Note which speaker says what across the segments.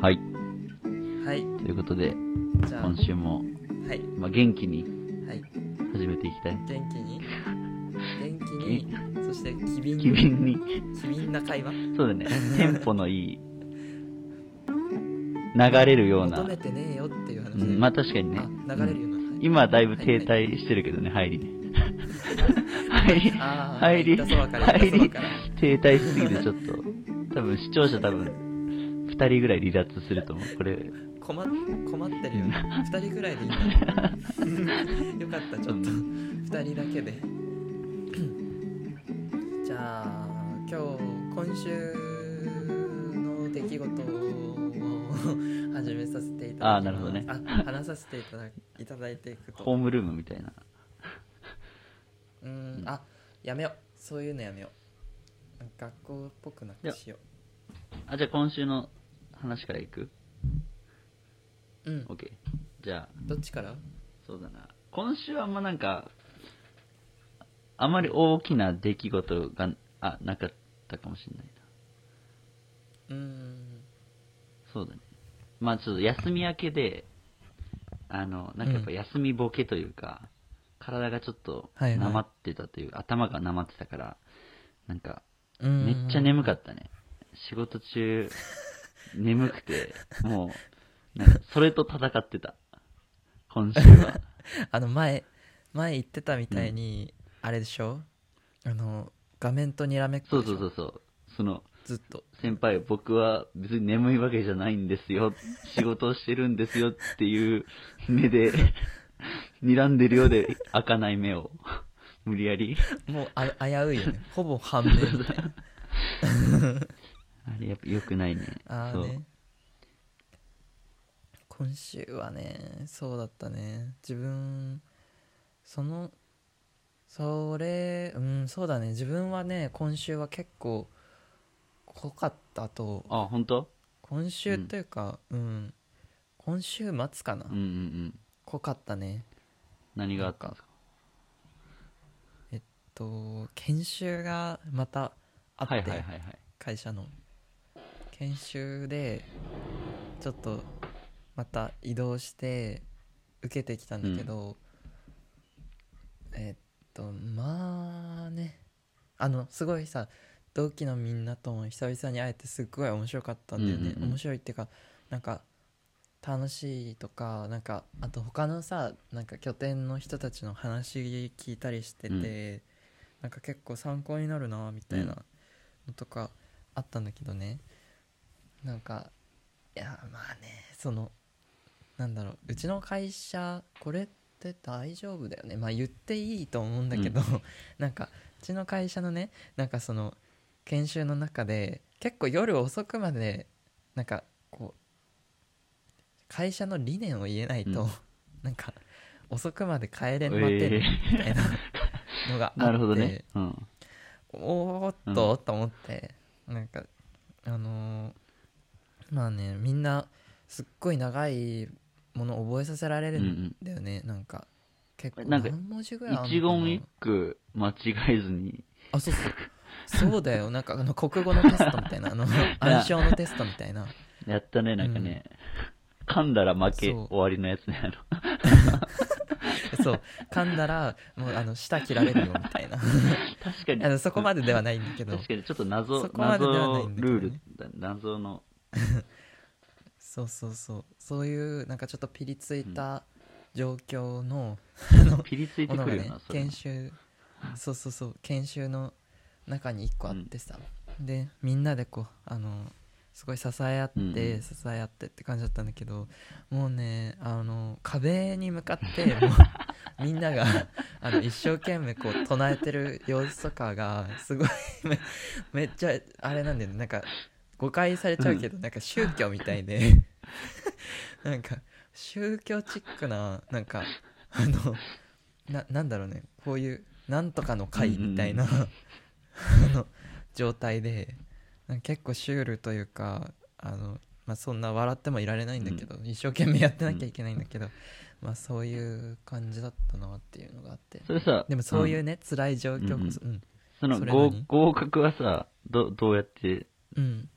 Speaker 1: はい。
Speaker 2: はい。
Speaker 1: ということで、
Speaker 2: じゃあ、は
Speaker 1: 今週も、
Speaker 2: い。
Speaker 1: まあ、元気に
Speaker 2: はい。
Speaker 1: 始めていきたい。
Speaker 2: 元気に元気に、そして機敏
Speaker 1: 機
Speaker 2: に、
Speaker 1: 敏に。
Speaker 2: 機敏な会話
Speaker 1: そうだね。テンポのいい、流れるような。
Speaker 2: 求めてねえよっていう話
Speaker 1: う
Speaker 2: で、
Speaker 1: ん、まあ確かにね。
Speaker 2: あ、流れるような。はい
Speaker 1: 今はだいぶ停滞してるけどね、入り ね。入り、
Speaker 2: あー
Speaker 1: 入り、
Speaker 2: 言ったそばから
Speaker 1: 入
Speaker 2: 言
Speaker 1: り
Speaker 2: ったそばか、
Speaker 1: 停滞しすぎてちょっと、多分視聴者多分、二人ぐらい離脱すると思う。これ、
Speaker 2: 困っ困ってるよね二人ぐらいでいいんだ よかったちょっと二人だけでじゃあ今日今週の出来事を始めさせていただきます
Speaker 1: あーなるほどね
Speaker 2: あ話させていただいただいていく
Speaker 1: ホー
Speaker 2: と
Speaker 1: ムルームみたいな。
Speaker 2: うーんあやめようそういうのやめよう学校っぽくなくしよ
Speaker 1: あ、じゃあ今週の話からいく
Speaker 2: ううん
Speaker 1: ?OK。じゃあ、
Speaker 2: どっちから
Speaker 1: そうだな。今週はあんまなんか、あまり大きな出来事が、あ、なかったかもしれないな。
Speaker 2: うーん
Speaker 1: そうだね。まあちょっと休み明けで、あの、なんかやっぱ
Speaker 2: うん
Speaker 1: 休みボケというか、体がちょっと、
Speaker 2: はいはい
Speaker 1: なまってたという、頭がなまってたから、なんか、
Speaker 2: うーん
Speaker 1: めっちゃ眠かったね。仕事中、眠くて、もう、なんか、それと戦ってた。今週 は。
Speaker 2: あの前前言ってたみたいに、あれでしょあの画面とにらめっこ
Speaker 1: そう
Speaker 2: でし
Speaker 1: そ
Speaker 2: ょ
Speaker 1: うそうそう。その、
Speaker 2: ずっと
Speaker 1: 先輩、僕は別に眠いわけじゃないんですよ。仕事をしてるんですよっていう目で、 睨んでるようで開かない目を、無理やり。
Speaker 2: もうあ危うい よねほぼ半分みたいな
Speaker 1: あれ、やっぱ良くないね。
Speaker 2: ああ
Speaker 1: そう。
Speaker 2: ね今週はねそうだったね自分そのそれうんそうだね自分はね今週は結構濃かったと
Speaker 1: あ、本当？
Speaker 2: 今週というかうん、今週末かな、
Speaker 1: うんうんうん。
Speaker 2: 濃かったね
Speaker 1: 何があったんですか
Speaker 2: えっと研修がまたあって、
Speaker 1: はいはいはいはい。
Speaker 2: 会社の研修でちょっとまた移動して受けてきたんだけど、えっとまあねあのすごいさ同期のみんなとも久々に会えてすっごい面白かったんだよね、
Speaker 1: うんうんうん
Speaker 2: 面白いっていうかなんか楽しいとかなんかあと他のさなんか拠点の人たちの話聞いたりしてて、
Speaker 1: うん
Speaker 2: なんか結構参考になるなみたいなのとかあったんだけどねなんかいやまあねそのなんだろううちの会社これって大丈夫だよねまあ言っていいと思うんだけど、
Speaker 1: う
Speaker 2: なんかうちの会社のねなんかその研修の中で結構夜遅くまでなんかこう会社の理念を言えないと、
Speaker 1: うん
Speaker 2: なんか遅くまで帰れ
Speaker 1: え
Speaker 2: ん待てる
Speaker 1: ー
Speaker 2: みたいなのがあって、
Speaker 1: なるほどね。うん。
Speaker 2: おーっと、と思ってなんかあのーまあねみんなすっごい長いもの覚えさせられるんだよね、なんか結構
Speaker 1: なんか
Speaker 2: 何文字ぐらいあんのかな
Speaker 1: 一言一句間違えずに、
Speaker 2: あそうそうそうだよなんかあの国語のテストみたい なあの暗証のテストみたいな
Speaker 1: やったね、なんかね。噛んだら負け
Speaker 2: そう
Speaker 1: 終わりのやつね、あの。
Speaker 2: そう噛んだらもうあの舌切られるよみたい な
Speaker 1: 確かに
Speaker 2: あ。のそこまでではないんだけど
Speaker 1: 確かにちょっと謎、
Speaker 2: そこまでではな
Speaker 1: 謎
Speaker 2: いんだけど
Speaker 1: ルー
Speaker 2: ね
Speaker 1: ルだ、謎の、
Speaker 2: そうそうそうそういうなんかちょっとピリついた状況の、
Speaker 1: ピリついて
Speaker 2: もの
Speaker 1: く
Speaker 2: が
Speaker 1: るよ
Speaker 2: ね
Speaker 1: な、それ
Speaker 2: 研。修そうそうそう研修の中に1個あってさ、でみんなでこうあのすごい支え合って、
Speaker 1: うんうん
Speaker 2: 支え合ってって感じだったんだけどもうねあの壁に向 かってもうみんながあの一生懸命こう唱えてる様子とかがすごいめめっちゃあれなんだよねなんか誤解されちゃうけど、なんか宗教みたいで なんか宗教チックななんかあのななんだろうねこういうなんとかの会みたいな、 あの状態でなんか結構シュールというかあの、まあ、そんな笑ってもいられないんだけど、一生懸命やってなきゃいけないんだけど、まあそういう感じだったなっていうのがあって
Speaker 1: それさ、
Speaker 2: でもそうい
Speaker 1: ん
Speaker 2: うね、辛い状況こそうん、
Speaker 1: その
Speaker 2: それ
Speaker 1: 合
Speaker 2: 何
Speaker 1: 合格はさど、どうやって
Speaker 2: うん、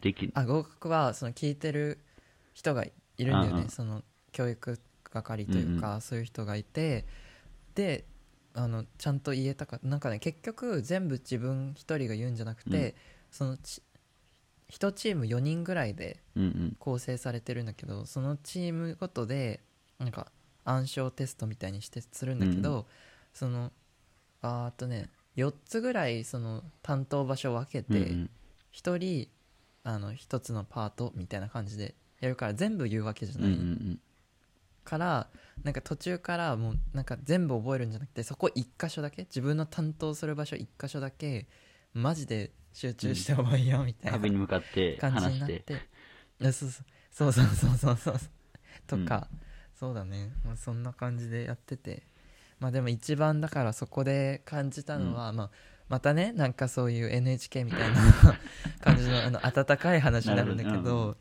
Speaker 1: できる
Speaker 2: あ合格はその聞いてる人がいるん
Speaker 1: う
Speaker 2: だよ
Speaker 1: んう
Speaker 2: ね
Speaker 1: ん
Speaker 2: その教育係というか、そういう人がいてであのちゃんと言えたかなんかね結局全部自分一人が言うんじゃなくて、
Speaker 1: うん
Speaker 2: そのち1チーム4人ぐらいで
Speaker 1: うんうん。
Speaker 2: 構成されてるんだけどそのチームごとでなんか暗証テストみたいにしてするんだけど、そのあーっとね4つぐらいその担当場所を分け
Speaker 1: うんう
Speaker 2: て
Speaker 1: ん
Speaker 2: 1人あの1つのパートみたいな感じでやるから全部言うわけじゃ
Speaker 1: うんう
Speaker 2: ない
Speaker 1: ん
Speaker 2: からなんか途中からもうなんか全部覚えるんじゃなくてそこ1箇所だけ自分の担当する場所1箇所だけマジで集中して覚えようみたいな
Speaker 1: 壁に向かって
Speaker 2: 感じ
Speaker 1: 話
Speaker 2: にな
Speaker 1: し。
Speaker 2: ってて あそうそうそうそうそうそうそう とか、そうだね、まあ、そんな感じでやっててまあでも一番だからそこで感じたのは、まあ、またねなんかそういう NHK み たいな感じのあの温かい話になるんだけど
Speaker 1: なるほど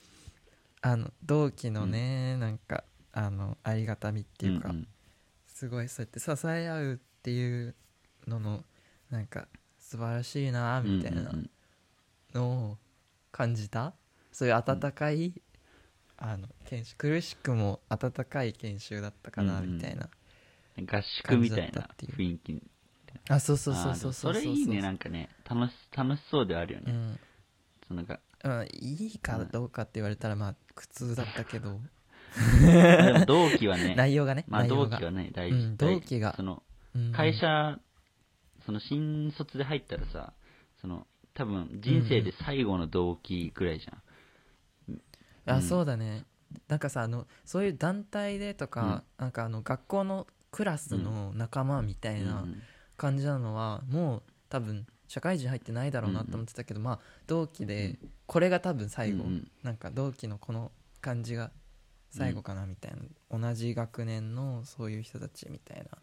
Speaker 2: あの同期のね、なんかあのありがたみっていうか、
Speaker 1: んん
Speaker 2: すごいそうやって支え合うっていうののなんか素晴らしいなみたいな。
Speaker 1: うんうんうん
Speaker 2: のを感じたそういう温かい、あの研修苦しくも温かい研修だったかな
Speaker 1: うんうん
Speaker 2: みたいな、
Speaker 1: 合宿みたい
Speaker 2: 感じだっ
Speaker 1: な
Speaker 2: たっていう
Speaker 1: 雰囲気に。
Speaker 2: あそうそうそ
Speaker 1: あー
Speaker 2: う
Speaker 1: で
Speaker 2: そ
Speaker 1: も
Speaker 2: うそ
Speaker 1: そ
Speaker 2: う
Speaker 1: れいいね、なんかね、楽し、楽しそうではあるよ
Speaker 2: う
Speaker 1: ね。
Speaker 2: ん、
Speaker 1: そのなんか、
Speaker 2: うん、いいかどうかって言われたらまあ苦痛だったけど
Speaker 1: でも同期は ね、
Speaker 2: 内容がね、
Speaker 1: まあ
Speaker 2: 内
Speaker 1: 同
Speaker 2: 容
Speaker 1: 期
Speaker 2: が
Speaker 1: はね、大
Speaker 2: うん
Speaker 1: 事。大事
Speaker 2: 同期が
Speaker 1: その、
Speaker 2: うん
Speaker 1: 会社、その新卒で入ったらさ、その、多分人生で最後の同期ぐらいじゃん。
Speaker 2: あ、
Speaker 1: うん
Speaker 2: そうだねなんかさあのそういう団体でとか、なんかあの学校のクラスの仲間みたいな、
Speaker 1: うん
Speaker 2: 感じなのはもう多分社会人入ってないだろうなと思ってたけど、まあ同期でこれが多分最後、
Speaker 1: うんうん
Speaker 2: なんか同期のこの感じが最後かなみたいな、同じ学年のそういう人たちみたいな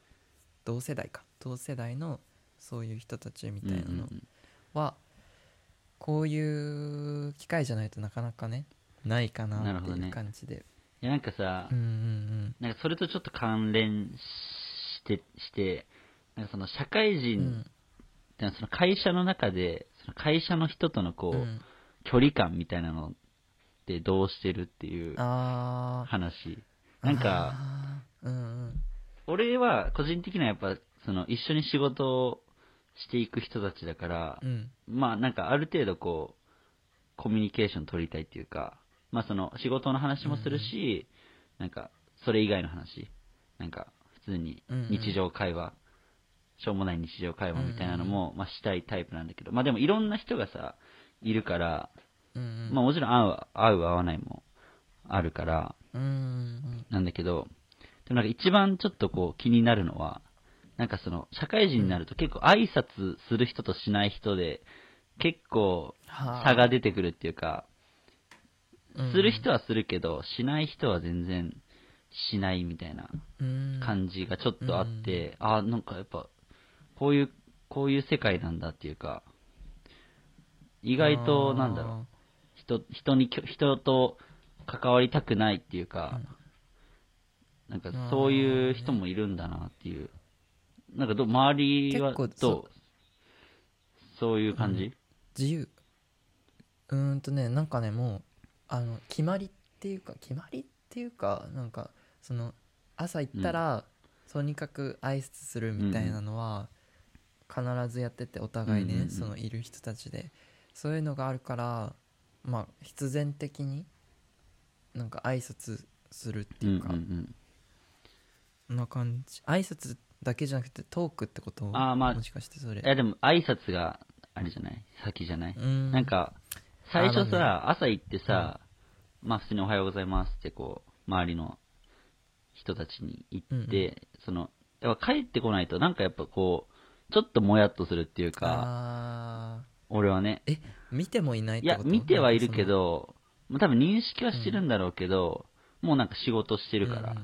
Speaker 2: 同世代か同世代のそういう人たちみたいな
Speaker 1: うんうんう
Speaker 2: の
Speaker 1: ん
Speaker 2: は、こういう機会じゃないとなかなかねないか
Speaker 1: な
Speaker 2: な
Speaker 1: る
Speaker 2: っ
Speaker 1: ほ
Speaker 2: て
Speaker 1: ど
Speaker 2: い
Speaker 1: ね
Speaker 2: う感じで、
Speaker 1: いやなんかさ、
Speaker 2: うんうん
Speaker 1: なんかそれとちょっと関連して、して、なんかその社会
Speaker 2: うんう
Speaker 1: 人
Speaker 2: ん
Speaker 1: ってのはその会社の中で、その会社の人とのこう、
Speaker 2: うん
Speaker 1: 距離感みたいなのってどうしてるっていう
Speaker 2: あ
Speaker 1: 話。
Speaker 2: ー
Speaker 1: なんか、
Speaker 2: あーうんうん
Speaker 1: 俺は個人的にはやっぱ、その一緒に仕事をしていく人たちだから
Speaker 2: う、ん
Speaker 1: まあなんかある程度こう、コミュニケーション取りたいっていうか、まあその仕事の話もするし、なんかそれ以外の話、なんか普通に
Speaker 2: うんうん
Speaker 1: 日常会話、しょうもない日常会話みたいなのも、まあしたいタイプなんだけど、まあでもいろんな人がさ、いるから、
Speaker 2: うんうん
Speaker 1: まあもちろん合う、合う合わないもあるから、
Speaker 2: うんうん
Speaker 1: なんだけど、でもなんか一番ちょっとこう気になるのは、なんかその、社会人になると結構挨拶する人としない人で、結構差が出てくるっていうか、
Speaker 2: うん
Speaker 1: する人はするけど、しない人は全然しないみたいな
Speaker 2: うん
Speaker 1: 感じがちょっとあって、あなんかやっぱ、こういう、こういう世界なんだっていうか、意外と、なんだろう、人人にきょ人と関わりたくないっていうか、なんかそういう人もいるんだなっていう、なんかど周りは
Speaker 2: 結構
Speaker 1: どう
Speaker 2: そ
Speaker 1: そういう感じ、
Speaker 2: 自由うーんとねなんかねもうあの決まりっていうか決まりっていうかなんかその朝行ったら、とにかく挨拶するみたいなのは、必ずやっててお互いね、
Speaker 1: うんうんうん
Speaker 2: そのいる人たちでそういうのがあるからまあ必然的になんか挨拶するっ
Speaker 1: う
Speaker 2: て
Speaker 1: ん
Speaker 2: いううか、
Speaker 1: ん
Speaker 2: そんな感じ挨拶だけじゃなくてトークってこと
Speaker 1: あーまあ
Speaker 2: もしかしてそ
Speaker 1: うん、
Speaker 2: れ
Speaker 1: いやでも挨拶があれじゃない先じゃない、
Speaker 2: うん
Speaker 1: なんか最初
Speaker 2: あ
Speaker 1: さ、
Speaker 2: ま
Speaker 1: 朝行ってさ、まあ普通に「おはようございます」ってこう周りの人たちに言って、
Speaker 2: うんうん
Speaker 1: そのやっぱ帰ってこないとなんかやっぱこうちょっともやっとするっていうか
Speaker 2: あ
Speaker 1: 俺はね
Speaker 2: ーえ見てもいないっ
Speaker 1: い
Speaker 2: て
Speaker 1: や
Speaker 2: こと
Speaker 1: 見てはいるけどもう多分認識はしてるんだろうけど、もうなんか仕事して
Speaker 2: い
Speaker 1: るから、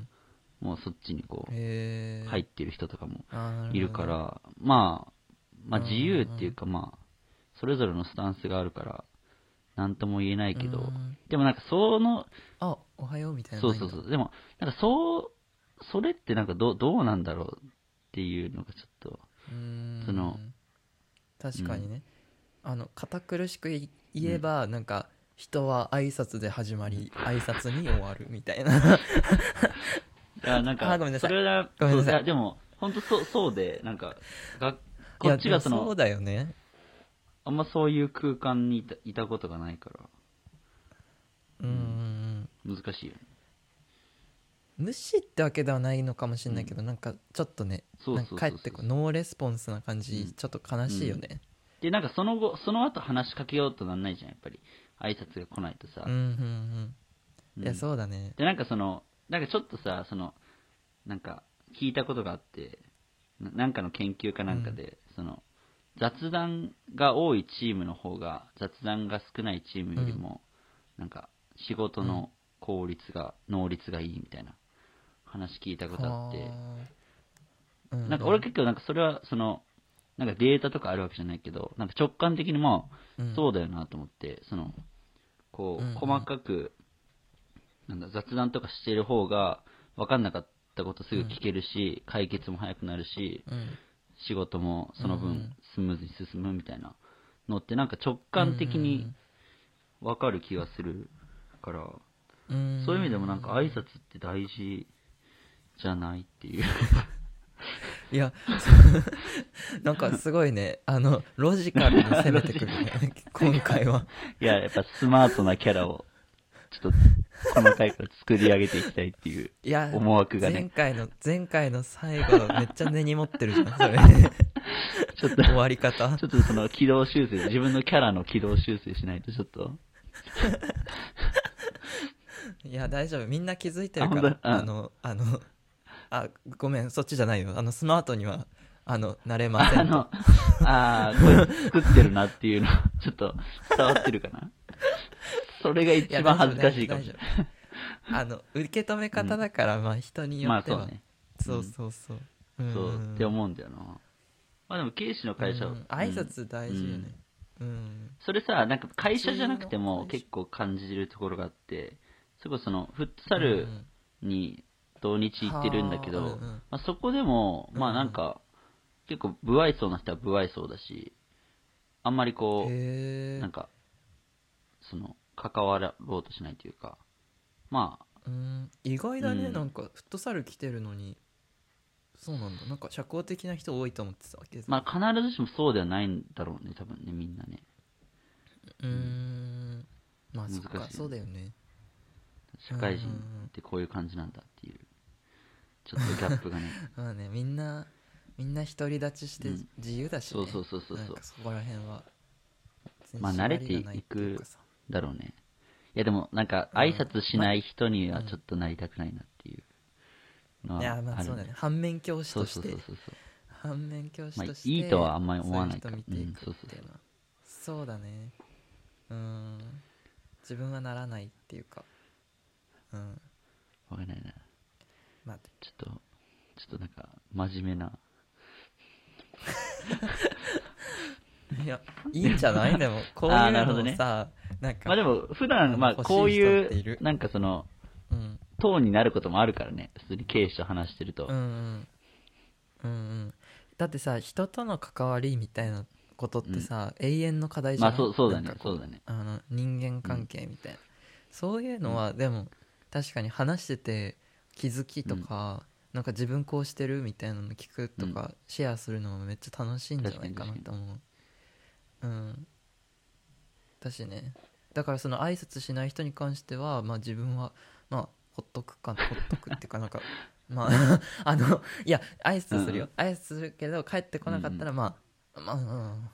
Speaker 1: もうそっちにこ
Speaker 2: へ
Speaker 1: う
Speaker 2: ー
Speaker 1: 入ってる人とかも
Speaker 2: あーなほど
Speaker 1: いるから、まあ、まあ自由っていうか、まあ、それぞれのスタンスがあるから、なんとも言えないけ
Speaker 2: う
Speaker 1: ど、
Speaker 2: ん
Speaker 1: でもなんかその、
Speaker 2: あおはようみたいな
Speaker 1: そうそうそう、でも、なんかそう、それってなんかどうどうなんだろうっていうのがちょっと、
Speaker 2: うーん
Speaker 1: その
Speaker 2: 確かにね、あの堅苦しくい言えば、なんか人は挨拶で始まり挨拶に終わるみたいな
Speaker 1: いや、なんか、
Speaker 2: あごめんなさい
Speaker 1: それは、
Speaker 2: ごめんなさい
Speaker 1: そうやでも、本当そう、そうで、なんか、が
Speaker 2: い
Speaker 1: こ
Speaker 2: や
Speaker 1: っちがそ
Speaker 2: でもそう
Speaker 1: の、
Speaker 2: だよね
Speaker 1: あんまそういう空間にいたいたことがないから、
Speaker 2: うんうん
Speaker 1: 難しいよね。
Speaker 2: うん無視ってわけではないのかもしれないけど、なんかちょっとね
Speaker 1: そうそうそうそう
Speaker 2: なんか帰ってこうノーレスポンスな感じ、
Speaker 1: うん
Speaker 2: ちょっと悲しいよね、
Speaker 1: で、なんかその後、その後話しかけようとなんないじゃん、やっぱり。挨拶が来ないとさ。
Speaker 2: うんうんうんいや
Speaker 1: うん
Speaker 2: そうだね
Speaker 1: で、なんかその、なんかちょっとさ、その、なんか、聞いたことがあって、ななんかの研究かなんかで、その、雑談が多いチームの方が、雑談が少ないチームよりも、なんか、仕事の効率が、能率がいいみたいな話聞いたことあって、
Speaker 2: あーう
Speaker 1: なんか俺結構なんかそれは、その、なんかデータとかあるわけじゃないけど、なんか直感的にまあ、
Speaker 2: うん
Speaker 1: そうだよなと思って、その、こ
Speaker 2: うんうん
Speaker 1: う、細かく、なんだ、雑談とかしてる方が、分かんなかったことすぐ聞けるし、解決も早くなるし、
Speaker 2: うん
Speaker 1: 仕事もその
Speaker 2: うんう
Speaker 1: 分
Speaker 2: ん、
Speaker 1: スムーズに進むみたいなのって、なんか直感的に分かる気がするから、
Speaker 2: うんうんうん
Speaker 1: そういう意味でもなんか挨拶って大事じゃないっていう。
Speaker 2: いや、そう なんかすごいね、あの、ロジカルに攻めてくる ね、今回は。
Speaker 1: いや、やっぱスマートなキャラを、ちょっと、この回から作り上げていきたいっていう
Speaker 2: いや、
Speaker 1: 思惑が
Speaker 2: 前
Speaker 1: ね、
Speaker 2: 回の、前回の最後、めっちゃ根に持ってるじゃん、そ れ。
Speaker 1: ちょっと、
Speaker 2: 終わり 方
Speaker 1: ち。ょっとその軌道修正、自分のキャラの軌道修正しないとちょっと、
Speaker 2: いや、大丈夫。みんな気づいてるか
Speaker 1: あ本
Speaker 2: ら。
Speaker 1: 当うん
Speaker 2: あの、あの、あ、ごめん、そっちじゃないよ。あの、スマートには、あの、なれませ
Speaker 1: あ
Speaker 2: ん。
Speaker 1: の、 あー、これ作ってるなっていうの、 ちょっと伝わってるかな。それが
Speaker 2: いや
Speaker 1: 一番恥ずかしいかもしれ
Speaker 2: 大丈
Speaker 1: ない。
Speaker 2: 夫あの、受け止め方だから、まあ、人によ
Speaker 1: まあ
Speaker 2: って
Speaker 1: そ
Speaker 2: は。
Speaker 1: うね。
Speaker 2: そうそうそう。うん
Speaker 1: そうって思うんだよな。まあでも、警視の会社、
Speaker 2: う
Speaker 1: うんん
Speaker 2: 挨拶大事よね。うん
Speaker 1: それさ、なんか会社じゃなくても
Speaker 2: 普通の会社
Speaker 1: 結構感じるところがあって、それこそのフットサルに土日行ってるんだけど、
Speaker 2: はあうんうん
Speaker 1: まあ、そこでも、
Speaker 2: うん
Speaker 1: まあなんか、結構不愛想な人は不愛想だし、あんまりこう、
Speaker 2: へ
Speaker 1: なんか、その、関わろうとしないというか、まあ、
Speaker 2: うん意外だね、
Speaker 1: うん
Speaker 2: なんかフットサル来てるのにそうなんだなんか社交的な人多いと思ってたわけど、
Speaker 1: まあ必ずしもそうではないんだろうね、多分ね、みんなね。
Speaker 2: うーんまあそっか
Speaker 1: 難しい
Speaker 2: そうだよね
Speaker 1: 社会人
Speaker 2: うんうんうん
Speaker 1: ってこういう感じなんだっていう、ちょっとギャップが ね。
Speaker 2: まあねみんなみんな独り立ちして
Speaker 1: うん
Speaker 2: 自由だし、
Speaker 1: そ
Speaker 2: ね
Speaker 1: うそうそうそう
Speaker 2: なん
Speaker 1: そう
Speaker 2: か。そこら辺は
Speaker 1: まあ慣れていく
Speaker 2: 縛りがないっていうかさ
Speaker 1: だろうね。いやでも、なんか、
Speaker 2: うん
Speaker 1: 挨拶しない人にはちょっとなりたくないなっていうのはいあ
Speaker 2: や
Speaker 1: る、
Speaker 2: まあそうだね。反面教師
Speaker 1: そ
Speaker 2: と
Speaker 1: う
Speaker 2: し
Speaker 1: そ
Speaker 2: て
Speaker 1: うそうそう。
Speaker 2: 反面教師として、
Speaker 1: まあいいとはあんまり思わないか
Speaker 2: そういう人見ていく
Speaker 1: うん
Speaker 2: っていうのはそうだねうーん自分はならないっていうかうん
Speaker 1: わかんないな。
Speaker 2: まあで
Speaker 1: ちょっと、ちょっとなんか、真面目な。
Speaker 2: いやいいんじゃないでもこうい
Speaker 1: あー
Speaker 2: う
Speaker 1: なるほ
Speaker 2: の
Speaker 1: ど
Speaker 2: を
Speaker 1: ね
Speaker 2: さ、なんか、
Speaker 1: まあでも、普段、まあ
Speaker 2: 欲しい人
Speaker 1: こう
Speaker 2: ってい
Speaker 1: い
Speaker 2: る
Speaker 1: う、なんかその、
Speaker 2: うん、
Speaker 1: トーンになることもあるからね。普通に経営者と話してると。
Speaker 2: うんうんうんうんだってさ人との関わりみたいなことってさ、永遠の課題じゃ
Speaker 1: ま
Speaker 2: な
Speaker 1: あ
Speaker 2: い、
Speaker 1: そうそうだね
Speaker 2: なんか、こ
Speaker 1: そうだね。
Speaker 2: あの人間関係みたいな、そういうのはでも確かに話してて気づきとか、なんか自分こうしてるみたいなの聞くとか、シェアするのもめっちゃ楽しいんじゃないかなと思ううんだしねだからその挨拶しない人に関してはまあ自分はまあほっとくかほっとくっていうかなんかまあ あのいや挨拶するよ、挨拶するけど帰ってこなかったらまあ、まあ、うんうん、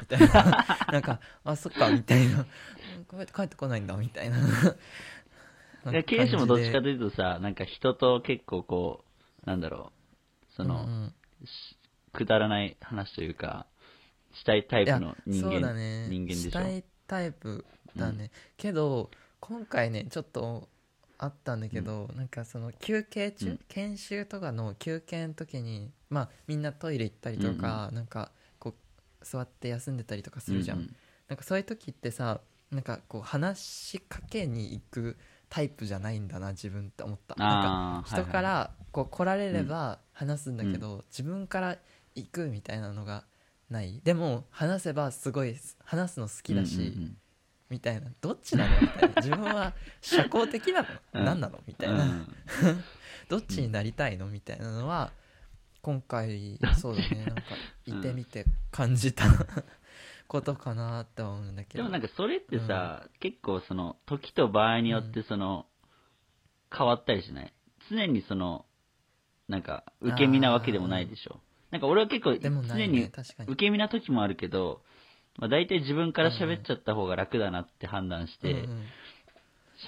Speaker 2: みたい な。なんか、あ、そっか、みたいな。こうやって帰ってこないんだ、みたいな。
Speaker 1: いや経営者もどっちか
Speaker 2: で、
Speaker 1: というとさ、なんか人と結構こう、なんだろう、その、
Speaker 2: うんうん
Speaker 1: しくだらない話というか、したいタイ
Speaker 2: いや
Speaker 1: プの人
Speaker 2: そう
Speaker 1: 間
Speaker 2: だね
Speaker 1: 人間でしょ
Speaker 2: したいタイプだね、けど今回ねちょっとあったんだけど、なんかその休憩中、
Speaker 1: うん
Speaker 2: 研修とかの休憩の時にまあみんなトイレ行ったりとか、なんかこう座って休んでたりとかするじゃん、
Speaker 1: うう
Speaker 2: なんかそういう時ってさなんかこう話しかけに行くタイプじゃないんだな自分って思ったなんか
Speaker 1: あー
Speaker 2: 人か
Speaker 1: はいはい
Speaker 2: らこう来られれば話すんだけど、自分から行くみたいなのがないでも話せばすごい話すの好きだし、
Speaker 1: うんうんうん
Speaker 2: みたいなどっちなのみたいな自分は社交的なの
Speaker 1: うん
Speaker 2: 何なのみたいな、
Speaker 1: うん
Speaker 2: どっちになりたいのみたいなのは今回そうだねなんかいてみて感じたことかなって思うんだけ
Speaker 1: で
Speaker 2: ど
Speaker 1: もなんかそれってさ、結構その時と場合によってその、変わったりしない常にそのなんか受け身なわけでもないでしょなんか俺は結構
Speaker 2: でもな
Speaker 1: 常
Speaker 2: い
Speaker 1: に
Speaker 2: ね確かに
Speaker 1: 受け身な時もあるけど、まあ、大体自分から喋っちゃった方が楽だなって判断して
Speaker 2: うん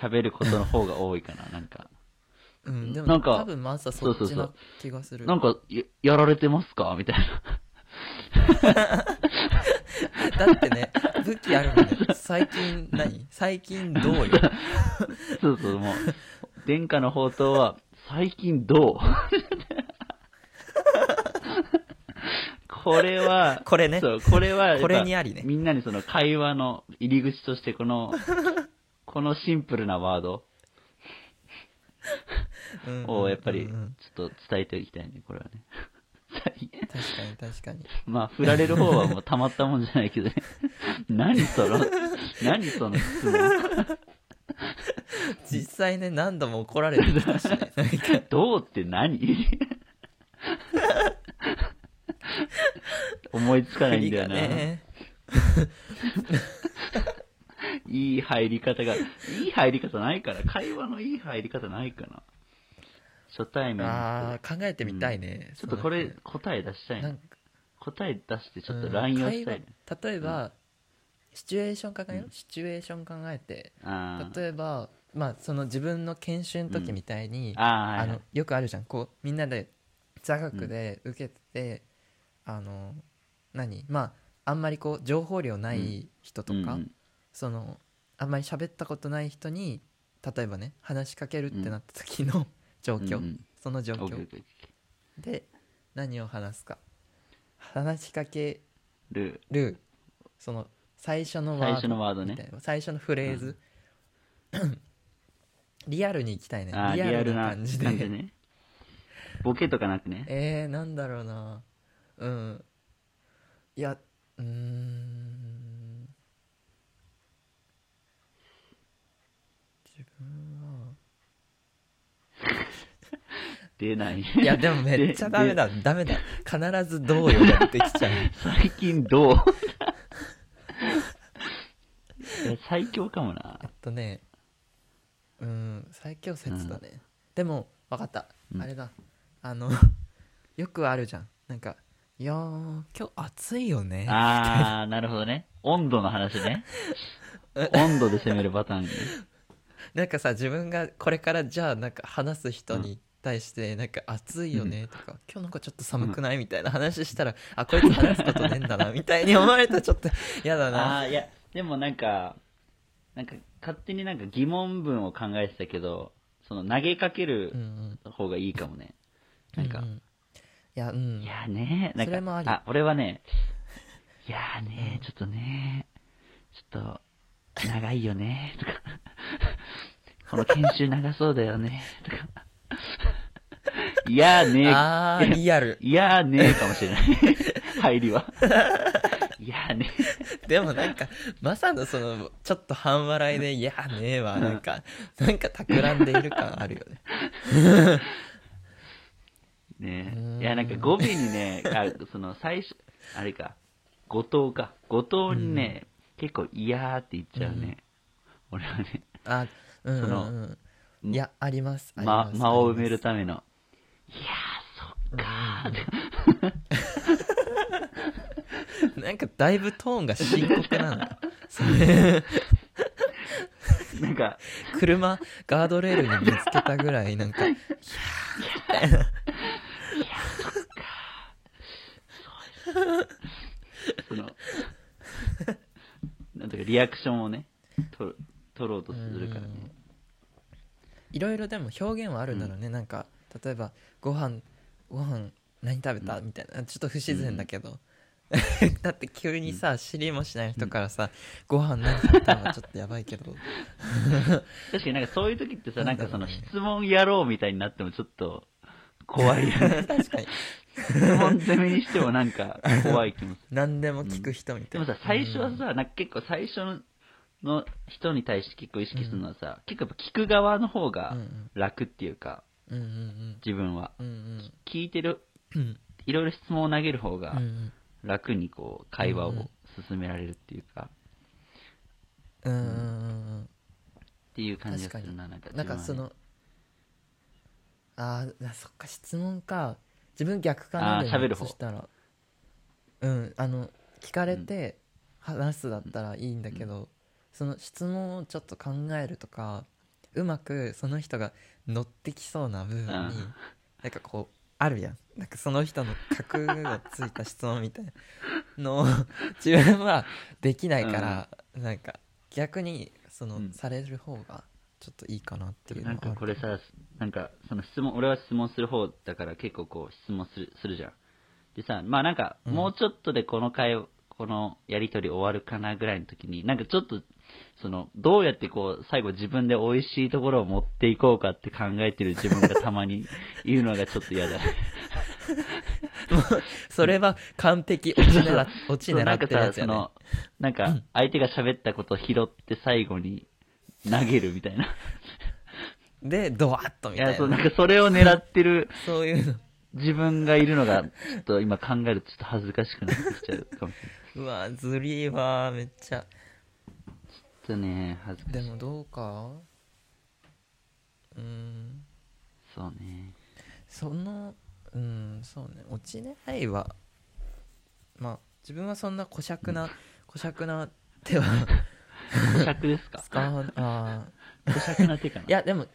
Speaker 1: 喋、ることの方が多いかななんか
Speaker 2: うんうん、でも
Speaker 1: な
Speaker 2: なん
Speaker 1: か
Speaker 2: 多分まずはそっ
Speaker 1: そう
Speaker 2: ち
Speaker 1: そう
Speaker 2: な
Speaker 1: そ
Speaker 2: 気がする
Speaker 1: なんかややられてますかみたいな
Speaker 2: だってね武器あるもんね最近 何最近どうよ
Speaker 1: そうそうもう殿下の宝刀は最近どう これは
Speaker 2: これね
Speaker 1: そう、これは、
Speaker 2: これにありね
Speaker 1: みんなにその会話の入り口として、こ の、このシンプルなワード
Speaker 2: うんうん
Speaker 1: をやっぱり、
Speaker 2: う
Speaker 1: ち
Speaker 2: んうん
Speaker 1: ょっと伝えていきたいね、これはね。最近
Speaker 2: 確かに確かに
Speaker 1: まあ、振られる方はもうたまったもんじゃないけどね。 何その、何その質問。
Speaker 2: 実際ね何度も怒られてきたしねなんか
Speaker 1: どうって 何思いつかないんだよな。
Speaker 2: ね
Speaker 1: いい入り方が、いい入り方ないから、会話のいい入り方ないかな。初対面の
Speaker 2: あー考えてみたいね、
Speaker 1: 人ちょっとこれ答え出した
Speaker 2: その
Speaker 1: い
Speaker 2: な
Speaker 1: ね
Speaker 2: ん。か
Speaker 1: 答え出してちょっと乱用したいね。
Speaker 2: うん会話例えば、シチュエーション考えよう、シチュエーション考えて
Speaker 1: あー
Speaker 2: 例えばまあその自分の研修の時みたいに、
Speaker 1: あー、は
Speaker 2: あ
Speaker 1: いは
Speaker 2: の
Speaker 1: い。
Speaker 2: よくあるじゃんこうみんなで座学で受けてて、あの何まああんまりこう情報量ない人とか、
Speaker 1: うんうん
Speaker 2: そのあんまり喋ったことない人に例えばね話しかけるってなった 時の状況、
Speaker 1: うんうん
Speaker 2: その状
Speaker 1: オッケーオッ
Speaker 2: 況
Speaker 1: ケーオッケ
Speaker 2: で何を話すか話しかけ
Speaker 1: ール
Speaker 2: るその最初のワード
Speaker 1: 最初のワードね
Speaker 2: みたいな最初のフレーズ、 リアルにいきたいね
Speaker 1: あーリ
Speaker 2: リア
Speaker 1: ア
Speaker 2: ル
Speaker 1: ル
Speaker 2: な
Speaker 1: な
Speaker 2: 感
Speaker 1: 感
Speaker 2: じ
Speaker 1: じ
Speaker 2: で
Speaker 1: ね。ボケとかなくね。
Speaker 2: えー、なんだろうなうんいやうーん自分
Speaker 1: 出ない。
Speaker 2: はいやでもめっちゃダメだダメだ必ずどうよやってきちゃう
Speaker 1: 最近どう いや最強かもな
Speaker 2: えっ。とねうん最強説だね、でも分かった、
Speaker 1: うん
Speaker 2: あれだあのよくあるじゃんなんか「いやー今日暑いよね」
Speaker 1: ああ、なるほどね。温度の話ね。温度で攻めるパターンね。
Speaker 2: なんかさ自分がこれからじゃあなんか話す人に対してなんか暑いよねとか、今日なんかちょっと寒くないみたいな話したら、あこいつ話すことねえんだなみたいに思われたらちょっと嫌だ
Speaker 1: あ
Speaker 2: な
Speaker 1: あ、いや、でもなんか、なんか勝手になんか疑問文を考えてたけど、その投げかけ
Speaker 2: うんう
Speaker 1: る
Speaker 2: ん
Speaker 1: 方がいいかもね。なんか、
Speaker 2: うういやうん
Speaker 1: いやーねー、なんか、
Speaker 2: それもあり
Speaker 1: 俺は ね、いやーねー、ちょっとねー、ちょっと、長いよねー、とか、 この研修長そうだよねー、とか、いやーねー、
Speaker 2: あーリアル
Speaker 1: いやーねーかもしれ ない。入りは。いやーね
Speaker 2: でもなんかマサのそのちょっと半笑いで「いやねえわ」なんかなんか企んでいる感あるよね
Speaker 1: ー。ね
Speaker 2: うーん
Speaker 1: いや、なんか語尾にね、あその最初、あれか、後藤か。後藤にね、結構いやーって言っちゃうね。俺はね、
Speaker 2: あうんう
Speaker 1: その
Speaker 2: んうんいやありますありま
Speaker 1: ま、
Speaker 2: す
Speaker 1: 間を埋める
Speaker 2: あ
Speaker 1: ための。いやー、そっかーって。
Speaker 2: りますなんかだいぶトーンが深刻 なのそれ
Speaker 1: なんか、
Speaker 2: 車ガードレールにぶつけたぐらいなんか「いやー」みたいな
Speaker 1: その、なんとかリアクションをね、取る取ろうとするからね。
Speaker 2: いろいろでも表現はあるんだろうね、なんか例えば「ご飯ご飯何食べた?」みたいなちょっと不自然だけど、 だって急にさ知りもしない人からさ「ご飯何食べた?」はちょっとやばいけど
Speaker 1: 確かになんかそういう時ってさ、
Speaker 2: な
Speaker 1: なんん
Speaker 2: だ
Speaker 1: か
Speaker 2: ろ
Speaker 1: そ
Speaker 2: うね
Speaker 1: の質問やろうみたいになってもちょっと怖 いよね。
Speaker 2: 確かに
Speaker 1: 質問攻めにしても なんか怖い気もする。
Speaker 2: 何でも聞く人み
Speaker 1: で
Speaker 2: たいな、
Speaker 1: もさ、最初はさ、なんか結構最初のの人に対して結構意識するのはさ、結構やっぱ聞く側の方
Speaker 2: うんう
Speaker 1: が
Speaker 2: ん
Speaker 1: 楽っていうか、
Speaker 2: うんうん
Speaker 1: 自分は。
Speaker 2: うんうん
Speaker 1: 聞いてる、
Speaker 2: うん
Speaker 1: いろいろ質問を投げる方
Speaker 2: う
Speaker 1: が
Speaker 2: ん
Speaker 1: 楽にこう、会話
Speaker 2: うんう
Speaker 1: を
Speaker 2: ん
Speaker 1: 進められるっていうか、
Speaker 2: うんうんうんうん
Speaker 1: っていう感じが
Speaker 2: 確
Speaker 1: す
Speaker 2: か
Speaker 1: る
Speaker 2: に
Speaker 1: な、なんか自分はね、
Speaker 2: なんかそのあーあそっか質問か自分逆かな
Speaker 1: あー
Speaker 2: でも
Speaker 1: 喋る方
Speaker 2: そしたらうんあの聞かれて話すだったらいいんだけど、その質問をちょっと考えるとかうまくその人が乗ってきそうな部分に、
Speaker 1: うん
Speaker 2: なんかこうあるやんなんかその人の角がついた質問みたいなのを自分はできないから、なんか逆にその、
Speaker 1: うん
Speaker 2: される方がちょっといいかなっていうの
Speaker 1: な
Speaker 2: は
Speaker 1: んか
Speaker 2: ある
Speaker 1: これさ、なんかその質問、俺は質問する方だから結構こう質問するするじゃん。でさ、まあなんか
Speaker 2: うん
Speaker 1: もうちょっとでこの会、このやりとり終わるかなぐらいの時に、なんかちょっと、その、どうやってこう、最後自分で美味しいところを持っていこうかって考えてる自分がたまにいるのがちょっと嫌だ。
Speaker 2: それは完璧落ち狙っ 落ち
Speaker 1: そう
Speaker 2: 狙
Speaker 1: な
Speaker 2: っ
Speaker 1: んか
Speaker 2: てるや
Speaker 1: さ、
Speaker 2: つや
Speaker 1: そ
Speaker 2: ね
Speaker 1: の、なんか相手が喋ったことを拾って最後に投げるみたいな。
Speaker 2: でドワッと
Speaker 1: い
Speaker 2: みた
Speaker 1: や、
Speaker 2: い
Speaker 1: そう、
Speaker 2: な
Speaker 1: なんかそれを狙ってる。
Speaker 2: そういうの
Speaker 1: 自分がいるのが、ちょっと今考えるとちょっと恥ずかしくなってきちゃうかもしれない。
Speaker 2: うわずりーわーめっちゃ
Speaker 1: ちょっとね、恥ずかしい。
Speaker 2: でもどうかうーん
Speaker 1: そうね。
Speaker 2: そのうんそうね落ち狙いはまあ自分はそんな小尺な小尺な手は
Speaker 1: 咀嚼ですか
Speaker 2: 使わなあー
Speaker 1: 咀嚼な手かない
Speaker 2: やでもい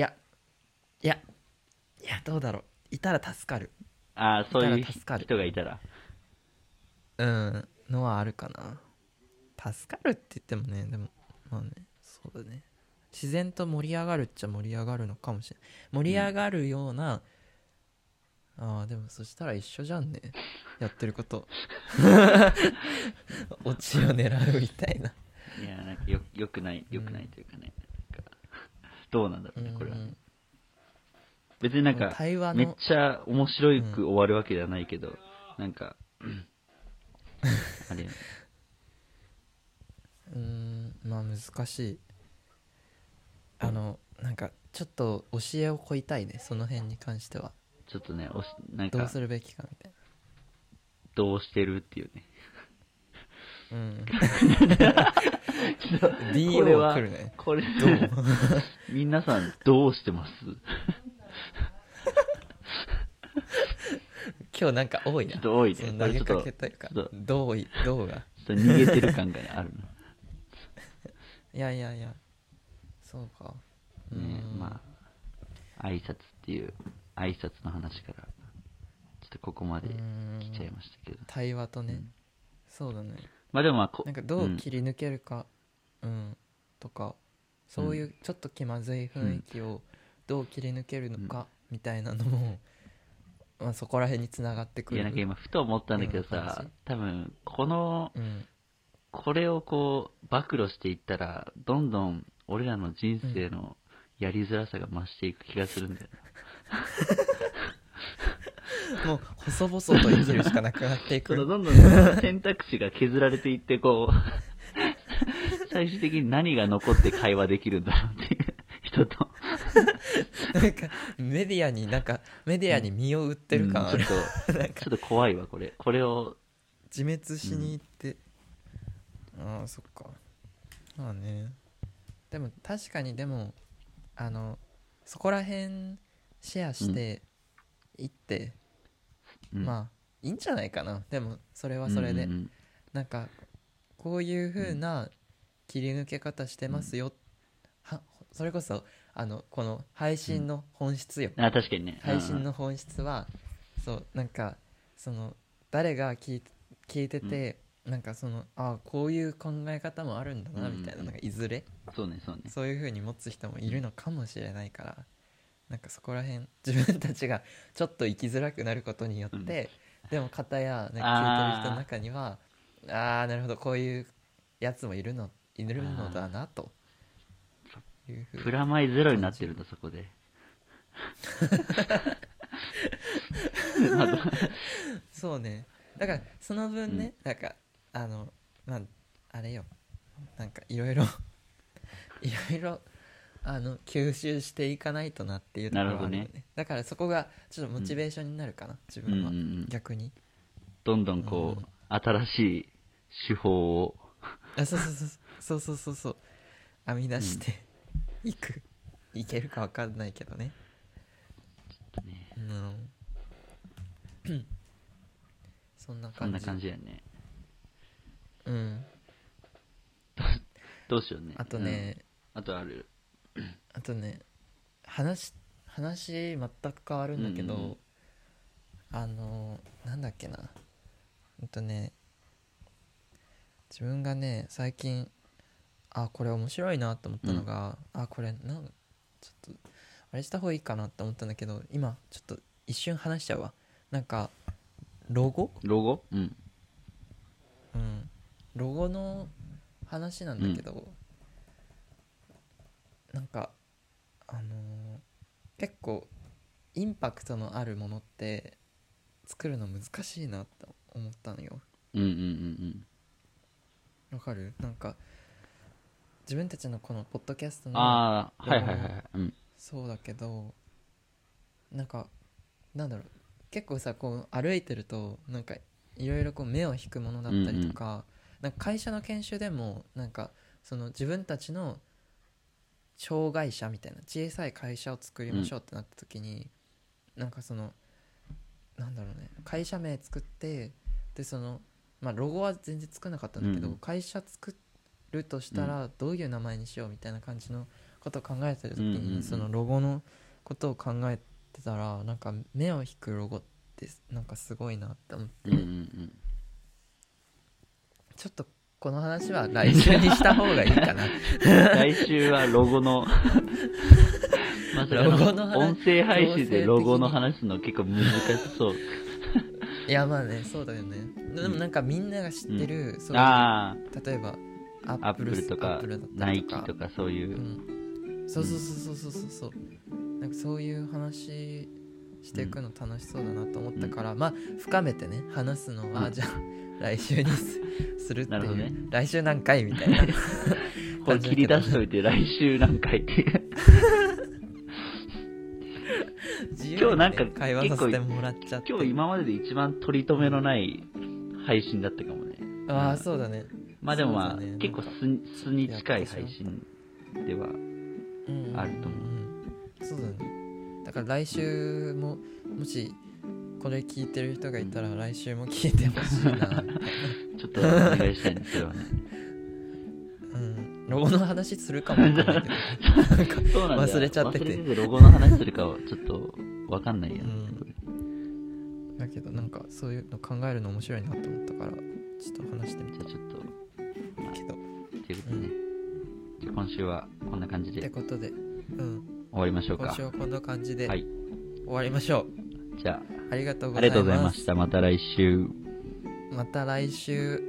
Speaker 2: やいやいやどうだろういたら助かる
Speaker 1: ああ、そういう
Speaker 2: 助かる
Speaker 1: 人がいたら。
Speaker 2: うんのはあるかな助かるって言ってもねでもまあねそうだね自然と盛り上がるっちゃ盛り上がるのかもしれない盛り上がるような、ああでもそしたら一緒じゃんねやってること オチを狙うみたいない
Speaker 1: や、なんかよ、よくない、よくないというかね。なんかどうなんだろうね、これは
Speaker 2: う
Speaker 1: ね。
Speaker 2: ん
Speaker 1: 別になんか、
Speaker 2: 対話の
Speaker 1: めっちゃ面白く終わるわけではないけど、なんか、うんあれ、
Speaker 2: うんまあ難しいあのなんかちょっと教えを乞いたいねその辺に関しては
Speaker 1: ちょっとね、おしなん
Speaker 2: どう
Speaker 1: か、
Speaker 2: するべきかみたい
Speaker 1: どうしてるっていうね。
Speaker 2: なうん
Speaker 1: こ
Speaker 2: DO
Speaker 1: れは
Speaker 2: 来るね、
Speaker 1: これ
Speaker 2: どう、
Speaker 1: 皆さんどうしてます
Speaker 2: 今日なんか多いな。
Speaker 1: ちょっと多いね
Speaker 2: その投げかけというか
Speaker 1: ちょっと、
Speaker 2: どうい、どうが。
Speaker 1: ちょっと逃げてる感がある
Speaker 2: いやいやいや、そうか。
Speaker 1: な。ね
Speaker 2: うん
Speaker 1: まあ、挨拶っていう、挨拶の話から、ちょっとここまで
Speaker 2: うん
Speaker 1: 来ちゃいましたけど。
Speaker 2: 対話とね、そうだね。
Speaker 1: まあでもまあこ、
Speaker 2: なんかどううん切り抜けるか、うん、とか、そういうちょっと気まずい雰囲気をどう切り抜けるのか、みたいなのも、まあ、そこら辺につながってく
Speaker 1: い
Speaker 2: る。
Speaker 1: やなんか今、ふと思ったんだけど
Speaker 2: うん
Speaker 1: さ
Speaker 2: 話、
Speaker 1: 多分、この、
Speaker 2: うん、
Speaker 1: これをこう、暴露していったら、どんどん俺らの人生のやりづらさが増していく気がするんだよ な。
Speaker 2: もう、細々と生きるしかなくなってい
Speaker 1: その
Speaker 2: く。
Speaker 1: どんどん 選択肢が削られていって、こう、 最終的に何が残って会話できるんだろうっていう人と。
Speaker 2: なんか、メディアになんか、メディアに身を売ってる感ある。
Speaker 1: うんちょっ
Speaker 2: なん
Speaker 1: と、
Speaker 2: か
Speaker 1: ちょっと怖いわ、これ。これを、
Speaker 2: 自滅しに行って、ああそっかまあねでも確かにでもあのそこら辺シェアして行って、
Speaker 1: うん
Speaker 2: まあいいんじゃないかなでもそれはそれで、
Speaker 1: うんうん
Speaker 2: なんかこういう風な切り抜け方してますよ、はそれこそあのこの配信の本質よ、
Speaker 1: うんあ、確かにね。
Speaker 2: 配信の本質は、そうなんかその誰が聞い聞いてて、なんかそのあこういう考え方もあるんだな
Speaker 1: うんうん
Speaker 2: みたいな,、なんかいずれ
Speaker 1: うん。そうね、そうね。
Speaker 2: そういう風に持つ人もいるのかもしれないからなんかそこら辺自分たちがちょっと生きづらくなることによって、
Speaker 1: うん
Speaker 2: でも方やなんか聞いてる人の中にはあーなるほどこういうやつもいるのいるのだなという風
Speaker 1: プ
Speaker 2: に
Speaker 1: ラマイゼロになってるんだ、そこで。
Speaker 2: そうねだからその分ね、なんかあのまああれよなんかいろい ろいろいろあの吸収していかないとなっていうところはある
Speaker 1: な
Speaker 2: よ
Speaker 1: るほ
Speaker 2: ねだからそこがちょっとモチベーションになるかな、自
Speaker 1: うんう
Speaker 2: 分は、
Speaker 1: んうん
Speaker 2: 逆に
Speaker 1: どんどんこう、
Speaker 2: うん
Speaker 1: 新しい手法を
Speaker 2: あそうそうそうそうそうそうそう編み出していく、いけるか分かんないけどね
Speaker 1: ね
Speaker 2: うん そんな
Speaker 1: そん
Speaker 2: 感
Speaker 1: な
Speaker 2: じ
Speaker 1: 感じやね
Speaker 2: うん
Speaker 1: どうしようね
Speaker 2: あとね、
Speaker 1: うんあとある
Speaker 2: あとね話話全く変わるんだけど、
Speaker 1: うんうん
Speaker 2: あのなんだっけなうんとね自分がね最近あこれ面白いなと思ったのが、あこれなんちょっとあれした方がいいかなと思ったんだけど今ちょっと一瞬話しちゃうわなんかロゴ、
Speaker 1: ロゴうん
Speaker 2: うん、ロゴの話なんだけど、なんかあのー結構インパクトのあるものって作るの難しいなと思ったのよ
Speaker 1: うんうんうん
Speaker 2: わかるなんか自分たちのこのポッドキャスト
Speaker 1: うん
Speaker 2: の
Speaker 1: ああはいはいはいはいうん
Speaker 2: そうだけどなんかなんだろう結構さこう歩いてるとなんかいろいろこう目を引くものだったりとか,、なんか会社の研修でもなんかその自分たちの障害者みたいな小さい会社を作りましょうってなった時に、なんかそのなんだろうね会社名作ってでその、まあ、ロゴは全然作んなかったんだけど、
Speaker 1: うん
Speaker 2: 会社作るとしたらどういう名前にしようみたいな感じのことを考えてる時
Speaker 1: う
Speaker 2: に、
Speaker 1: んうんうん
Speaker 2: そのロゴのことを考えてたらなんか目を引くロゴってなんかすごいなって思って、
Speaker 1: うんうんうん
Speaker 2: ちょっとこの話は来週にした方がいいかな
Speaker 1: 来週はロゴ のまさか
Speaker 2: ロゴの話
Speaker 1: 音声配信でロゴの話すの結構難しそう
Speaker 2: いやまあねそうだよねでもなんかみんなが知ってる、そういう
Speaker 1: あ
Speaker 2: 例えばア
Speaker 1: あアッ
Speaker 2: ッ
Speaker 1: プ
Speaker 2: プル
Speaker 1: ルと
Speaker 2: アッ
Speaker 1: か
Speaker 2: プルだった
Speaker 1: ナ
Speaker 2: り
Speaker 1: イキとかそういうう、
Speaker 2: ん、そうそうそうそうそうそうそうなんかそういう話していくの楽しそうだなと思ったから、まあ深めてね話すのは、
Speaker 1: うん
Speaker 2: じゃあ来週にすするって
Speaker 1: なる
Speaker 2: い
Speaker 1: ほ
Speaker 2: う、
Speaker 1: どね
Speaker 2: 来週何回みた いな
Speaker 1: これ切り出しといて来週何回っていう
Speaker 2: 自由にね
Speaker 1: 今日なんか
Speaker 2: 会話させてもらっちゃっ て
Speaker 1: 今日今までで一番取り留めのない配信だったかもね
Speaker 2: ああそうだね
Speaker 1: まあでもまあ、
Speaker 2: そうだね
Speaker 1: 結構素に素に近い配信ではあると思うん
Speaker 2: そうだねだから来週ももしこれ聞いてる人がいたら来週も聞いてほしいな、
Speaker 1: ちょっとお願いしたいんですけどね
Speaker 2: うん、ロゴの話するかもわ かんないけどねなんか
Speaker 1: そうなんだよ
Speaker 2: 忘れちゃってて
Speaker 1: 忘れロゴの話するかはちょっと分かんないや
Speaker 2: う
Speaker 1: ね、
Speaker 2: んだけどなんかそういうの考えるの面白いなと思ったからちょっと話してみ
Speaker 1: じゃあちょっと
Speaker 2: たけど
Speaker 1: ということでね、じゃあ今週はこんな感じ
Speaker 2: って
Speaker 1: で
Speaker 2: ことで、うん、
Speaker 1: 終わりましょう
Speaker 2: 今
Speaker 1: か
Speaker 2: 週はこんな感じで
Speaker 1: は
Speaker 2: 終
Speaker 1: い
Speaker 2: わりましょう、
Speaker 1: じゃ
Speaker 2: ありがとう
Speaker 1: ああ
Speaker 2: ござ
Speaker 1: り
Speaker 2: い
Speaker 1: がとうござい
Speaker 2: ま
Speaker 1: ますしたまた来週
Speaker 2: また来週